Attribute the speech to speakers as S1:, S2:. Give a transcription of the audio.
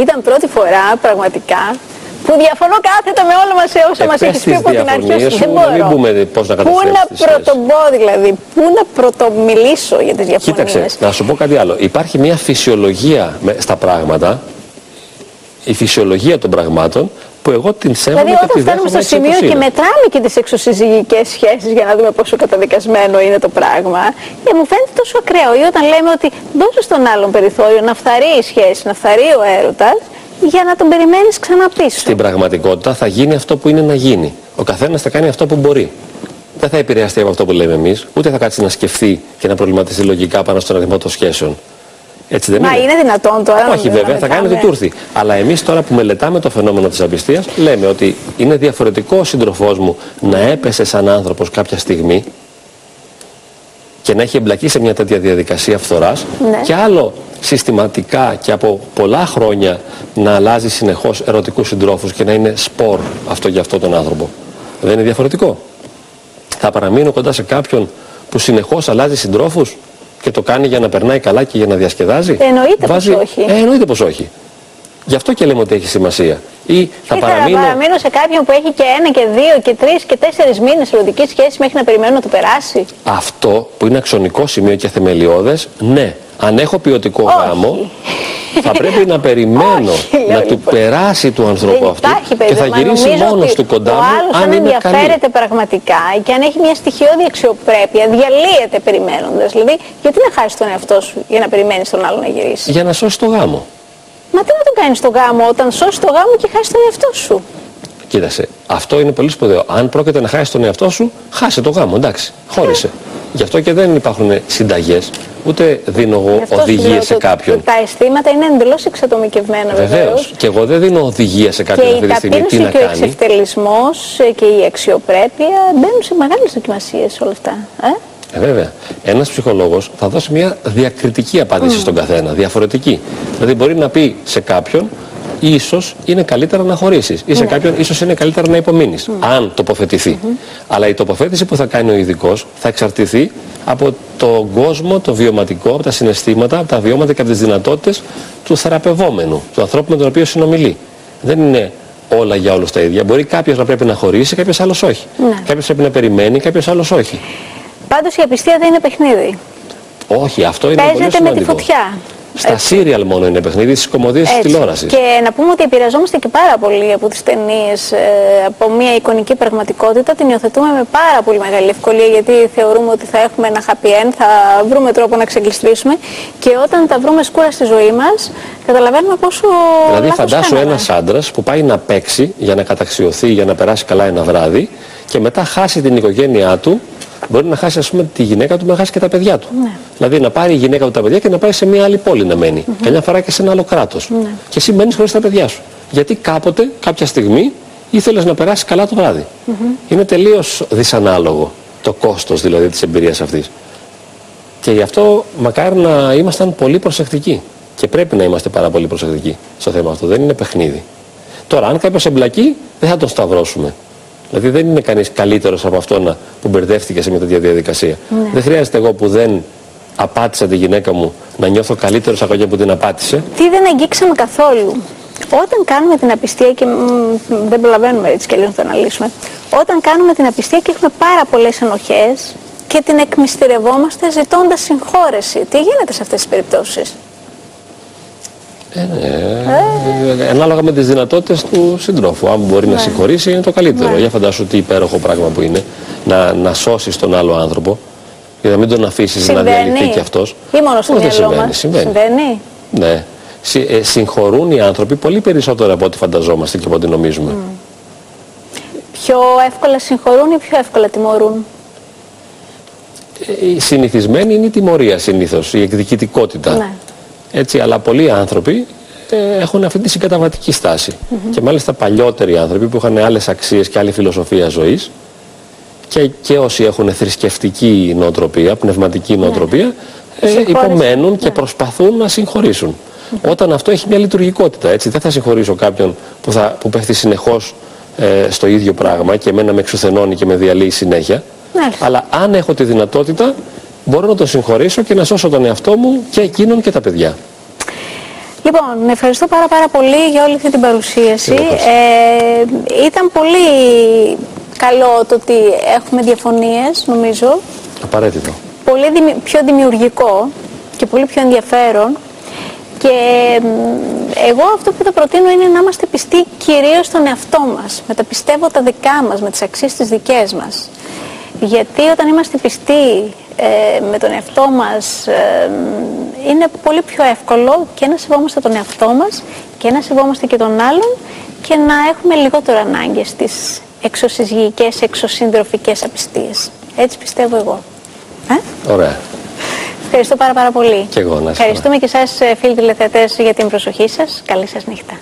S1: Ήταν πρώτη φορά πραγματικά που διαφωνώ κάθετα με όλα μας όσα
S2: Ε,
S1: μας
S2: πες
S1: έχεις πει
S2: τις
S1: από την αρχή.
S2: διαφωνίες
S1: ως-
S2: σου,
S1: Δεν
S2: να μην
S1: μπορώ.
S2: πούμε πώς να
S1: Πού
S2: καταστρέψεις τις
S1: να πρωτομπώ δηλαδή, πού να πρωτομιλήσω για τις διαφωνίες.
S2: Κοίταξε, να σου πω κάτι άλλο. Υπάρχει μια φυσιολογία με- στα πράγματα, η φυσιολογία των πραγμάτων, που εγώ την σέβομαι
S1: Δηλαδή
S2: και τη
S1: όταν φτάνουμε
S2: δέχομαι
S1: στο
S2: έτσι όπως
S1: σημείο και
S2: είναι.
S1: μετράμε και τις εξωσυζυγικές σχέσεις για να δούμε πόσο καταδικασμένο είναι το πράγμα, ε, μου φαίνεται τόσο ακραίο. Ή όταν λέμε ότι δώσε στον άλλον περιθώριο να φθαρεί η σχέση, να φθαρεί ο έρωτας, για να τον περιμένεις ξανά πίσω.
S2: Στην πραγματικότητα θα γίνει αυτό που είναι να γίνει. Ο καθένας θα κάνει αυτό που μπορεί. Δεν θα επηρεαστεί από αυτό που λέμε εμείς, ούτε θα κάτσει να σκεφτεί και να προβληματιστεί λογικά πάνω στον αριθμό των σχέσεων. Έτσι δεν
S1: Μα
S2: είναι.
S1: είναι δυνατόν τώρα. να-
S2: Όχι,
S1: να
S2: βέβαια, θα κάνει
S1: μετράμε.
S2: ό,τι του ήρθε. Αλλά εμείς τώρα που μελετάμε το φαινόμενο της απιστίας, λέμε ότι είναι διαφορετικό ο σύντροφός μου να έπεσε σαν άνθρωπος κάποια στιγμή και να έχει εμπλακεί σε μια τέτοια διαδικασία φθοράς.
S1: Ναι.
S2: Και άλλο συστηματικά και από πολλά χρόνια να αλλάζει συνεχώς ερωτικούς συντρόφους και να είναι σπορ αυτό για αυτό τον άνθρωπο. Δεν είναι διαφορετικό. Θα παραμείνω κοντά σε κάποιον που συνεχώς αλλάζει συντρόφους και το κάνει για να περνάει καλά και για να διασκεδάζει.
S1: Εννοείται πως όχι.
S2: Ε, εννοείται πως όχι. Γι' αυτό και λέμε ότι έχει σημασία. Ή θα
S1: Ή
S2: παραμείνω.
S1: παραμείνω σε κάποιον που έχει και ένα και δύο και τρεις και τέσσερις μήνες ερωτική σχέση μέχρι να περιμένω να το περάσει.
S2: Αυτό που είναι αξονικό σημείο και θεμελιώδες, ναι. Αν έχω ποιοτικό
S1: Όχι.
S2: γάμο, θα πρέπει να περιμένω
S1: Όχι, λέω,
S2: να του
S1: λοιπόν.
S2: περάσει του ανθρώπου
S1: Δεν
S2: αυτού
S1: υπάρχει
S2: και θα
S1: περίπτωση. Μα
S2: γυρίσει
S1: νομίζω
S2: μόνος
S1: ότι
S2: του κοντά
S1: ο άλλος
S2: μου αν
S1: αν
S2: είναι καλή.
S1: ενδιαφέρεται πραγματικά και αν έχει μια στοιχειώδη αξιοπρέπεια, διαλύεται περιμένοντας. Δηλαδή, γιατί να χάσεις τον εαυτό σου για να περιμένεις τον άλλο να γυρίσει.
S2: Για να σώσει το γάμο.
S1: Μα τι να τον κάνεις τον γάμο όταν σώσεις τον γάμο και χάσεις τον εαυτό σου.
S2: Κοίτασε, αυτό είναι πολύ σπουδαίο. Αν πρόκειται να χάσεις τον εαυτό σου, χάσε το γάμο, εντάξει. Χώρισε. Γι' αυτό και δεν υπάρχουν συνταγές, ούτε δίνω εγώ
S1: Γι' αυτό σου
S2: οδηγίες
S1: λέω
S2: σε
S1: το-
S2: κάποιον.
S1: Τα αισθήματα είναι εντελώς εξατομικευμένα
S2: Βεβαίως.
S1: βεβαίως.
S2: Και εγώ δεν δίνω οδηγία σε
S1: Και
S2: κάποιον
S1: η
S2: αυτή τη στιγμή τι
S1: ταπείνωση
S2: να
S1: και ο
S2: κάνει.
S1: εξευτελισμός και η αξιοπρέπεια μπαίνουν σε μεγάλες δοκιμασίες όλα αυτά. Ε?
S2: Ε, βέβαια. Ένας ψυχολόγος θα δώσει μια διακριτική απάντηση στον καθένα, διαφορετική. Δηλαδή, μπορεί να πει σε κάποιον, ίσως είναι καλύτερα να χωρίσεις, ή σε κάποιον, ίσως είναι καλύτερα να υπομείνεις, αν τοποθετηθεί. Αλλά η τοποθέτηση που θα κάνει ο ειδικός θα εξαρτηθεί από τον κόσμο, το βιωματικό, από τα συναισθήματα, από τα βιώματα και από τις δυνατότητες του θεραπευόμενου, του ανθρώπου με τον οποίο συνομιλεί. Δεν είναι όλα για όλους τα ίδια. Μπορεί κάποιος να πρέπει να χωρίσει, κάποιος άλλος όχι. Κάποιος πρέπει να περιμένει, κάποιος άλλος όχι.
S1: Πάντως η απιστία δεν είναι παιχνίδι.
S2: Όχι, αυτό είναι πολύ
S1: Παίζεται με
S2: σημαντικό.
S1: τη φωτιά.
S2: Στα σύριαλ μόνο είναι παιχνίδι, στις κομμωδίες της
S1: Έτσι.
S2: τηλεόρασης.
S1: Και να πούμε ότι επηρεαζόμαστε και πάρα πολύ από τις ταινίες, από μια εικονική πραγματικότητα. Την υιοθετούμε με πάρα πολύ μεγάλη ευκολία γιατί θεωρούμε ότι θα έχουμε ένα happy end, θα βρούμε τρόπο να ξεκλειστρήσουμε. Και όταν τα βρούμε σκούρα στη ζωή μας, καταλαβαίνουμε πόσο.
S2: Δηλαδή,
S1: λάθος
S2: φαντάσου
S1: κάναμε.
S2: ένας άντρας που πάει να παίξει για να καταξιωθεί, για να περάσει καλά ένα βράδυ και μετά χάσει την οικογένειά του. Μπορεί να χάσει, ας πούμε, τη γυναίκα του, να χάσει και τα παιδιά του.
S1: Ναι.
S2: Δηλαδή, να πάρει η γυναίκα του τα παιδιά και να πάει σε μια άλλη πόλη να μενει Καμιά φορά και σε ένα άλλο κράτος.
S1: Ναι.
S2: Και εσύ μένεις χωρίς τα παιδιά σου. Γιατί κάποτε, κάποια στιγμή, ήθελες να περάσεις καλά το βραδυ Είναι τελείως δυσανάλογο το κόστος δηλαδή της εμπειρίας αυτής. Και γι' αυτό μακάρι να ήμασταν πολύ προσεκτικοί. Και πρέπει να είμαστε πάρα πολύ προσεκτικοί στο θέμα αυτό. Δεν είναι παιχνίδι. Τώρα, αν κάποιος εμπλακεί, δεν θα τον σταυρώσουμε. Δηλαδή, δεν είναι κανείς καλύτερος από αυτόν που μπερδεύτηκε σε μια τέτοια διαδικασία. Δεν χρειάζεται εγώ που δεν απάτησα τη γυναίκα μου να νιώθω καλύτερος από εκείνον που την απάτησε.
S1: Τι δεν αγγίξαμε καθόλου. Όταν κάνουμε την απιστία και μ, δεν προλαβαίνουμε έτσι και λίγο να το αναλύσουμε. Όταν κάνουμε την απιστία και έχουμε πάρα πολλές ενοχές και την εκμυστηρευόμαστε ζητώντας συγχώρεση. Τι γίνεται σε αυτές τις περιπτώσεις.
S2: Ε, ανάλογα με τις δυνατότητες του συντρόφου. Αν μπορεί
S1: Ναι.
S2: να συγχωρήσει, είναι το καλύτερο. Για φαντάσου τι υπέροχο πράγμα που είναι να, να σώσεις τον άλλο άνθρωπο και να μην τον αφήσεις να διαλυθεί κι αυτός.
S1: Ή μόνο στο
S2: Όχι, δεν
S1: μυαλό
S2: συμβαίνει.
S1: μας.
S2: συμβαίνει.
S1: Συμβαίνει.
S2: Ναι. Συ- ε, συγχωρούν οι άνθρωποι πολύ περισσότερο από ό,τι φανταζόμαστε και από ό,τι νομίζουμε.
S1: Mm. Πιο εύκολα συγχωρούν ή πιο εύκολα τιμωρούν.
S2: Ε, η συνηθισμένη είναι η τιμωρία συνήθως, η εκδικητικότητα.
S1: Ναι.
S2: Έτσι, αλλά πολλοί άνθρωποι ε, έχουν αυτή τη συγκαταβατική στάση. Και μάλιστα παλιότεροι άνθρωποι που είχαν άλλες αξίες και άλλη φιλοσοφία ζωής και, και όσοι έχουν θρησκευτική νοοτροπία, πνευματική νοοτροπία, ε,
S1: Συγχώρεση.
S2: υπομένουν και
S1: Ναι.
S2: προσπαθούν να συγχωρήσουν. Όταν αυτό έχει μια λειτουργικότητα, έτσι. Δεν θα συγχωρήσω κάποιον που, θα, που πέφτει συνεχώς ε, στο ίδιο πράγμα και εμένα με εξουθενώνει και με διαλύει συνέχεια.
S1: Μάλιστα.
S2: Αλλά αν έχω τη δυνατότητα, μπορώ να τον συγχωρήσω και να σώσω τον εαυτό μου και εκείνον και τα παιδιά.
S1: Λοιπόν, ευχαριστώ πάρα πάρα πολύ για όλη αυτή την παρουσίαση.
S2: Εγώ
S1: Ε, ήταν πολύ καλό το ότι έχουμε διαφωνίες, νομίζω.
S2: Απαραίτητο.
S1: Πολύ δημι- πιο δημιουργικό και πολύ πιο ενδιαφέρον. Και μ, εγώ αυτό που θα προτείνω είναι να είμαστε πιστοί κυρίως στον εαυτό μας. Με τα πιστεύω τα δικά μας, με τις αξίες τις δικές μας. Γιατί όταν είμαστε πιστοί ε, με τον εαυτό μας ε, μ, είναι πολύ πιο εύκολο και να σεβόμαστε τον εαυτό μας και να σεβόμαστε και τον άλλον και να έχουμε λιγότερο ανάγκες στις εξωσυζυγικές, εξωσυντροφικές απιστίες. Έτσι πιστεύω εγώ. Ε?
S2: Ωραία.
S1: Ευχαριστώ πάρα πάρα πολύ.
S2: Κι εγώ, να είστε
S1: Ευχαριστούμε και εσάς ε, φίλοι τηλεθεατές για την προσοχή σας. Καλή σας νύχτα.